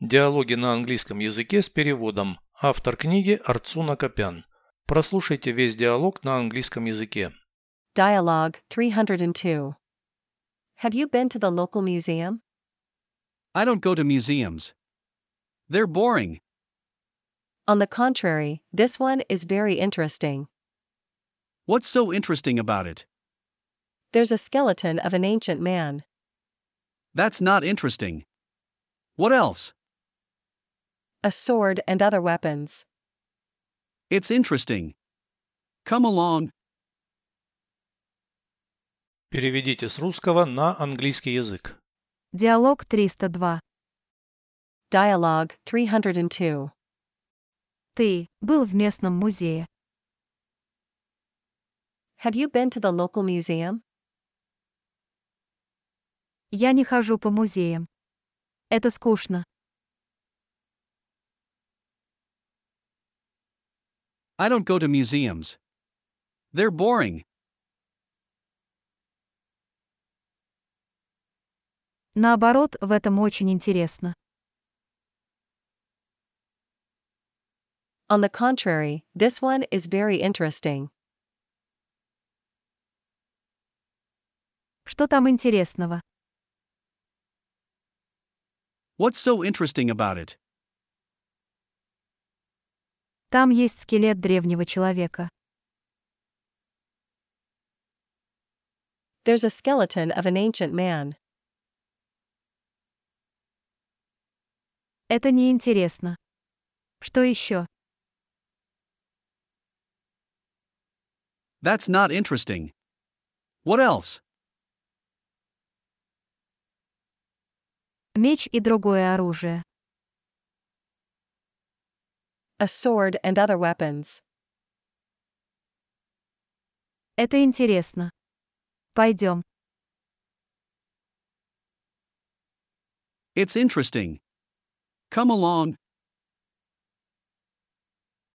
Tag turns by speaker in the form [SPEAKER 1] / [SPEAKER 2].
[SPEAKER 1] Диалоги на английском языке с переводом. Автор книги Арцуна Копян. Прослушайте весь диалог на английском языке.
[SPEAKER 2] Dialogue 302. Have you been to the local museum?
[SPEAKER 3] I don't go to museums. They're boring.
[SPEAKER 2] On the contrary, this one is very interesting.
[SPEAKER 3] What's so interesting about it?
[SPEAKER 2] There's a skeleton of an ancient man.
[SPEAKER 3] That's not interesting. What else?
[SPEAKER 2] A sword and other weapons.
[SPEAKER 3] It's interesting. Come along.
[SPEAKER 1] Переведите с русского на английский язык.
[SPEAKER 4] Диалог 302.
[SPEAKER 2] Dialogue 302.
[SPEAKER 4] Ты был в местном музее.
[SPEAKER 2] Have you been to the local museum?
[SPEAKER 4] Я не хожу по музеям. Это скучно.
[SPEAKER 3] I don't go to museums. They're boring.
[SPEAKER 4] Наоборот, в этом очень интересно.
[SPEAKER 2] On the contrary, this one is very interesting.
[SPEAKER 4] Что там интересного?
[SPEAKER 3] What's so interesting about it?
[SPEAKER 4] Там есть скелет древнего человека.
[SPEAKER 2] There's a skeleton of an ancient man.
[SPEAKER 4] Это неинтересно. Что еще?
[SPEAKER 3] That's not interesting. What else?
[SPEAKER 4] Меч и другое оружие.
[SPEAKER 2] A sword and other weapons.
[SPEAKER 4] Это интересно. Пойдем.
[SPEAKER 3] It's interesting. Come along.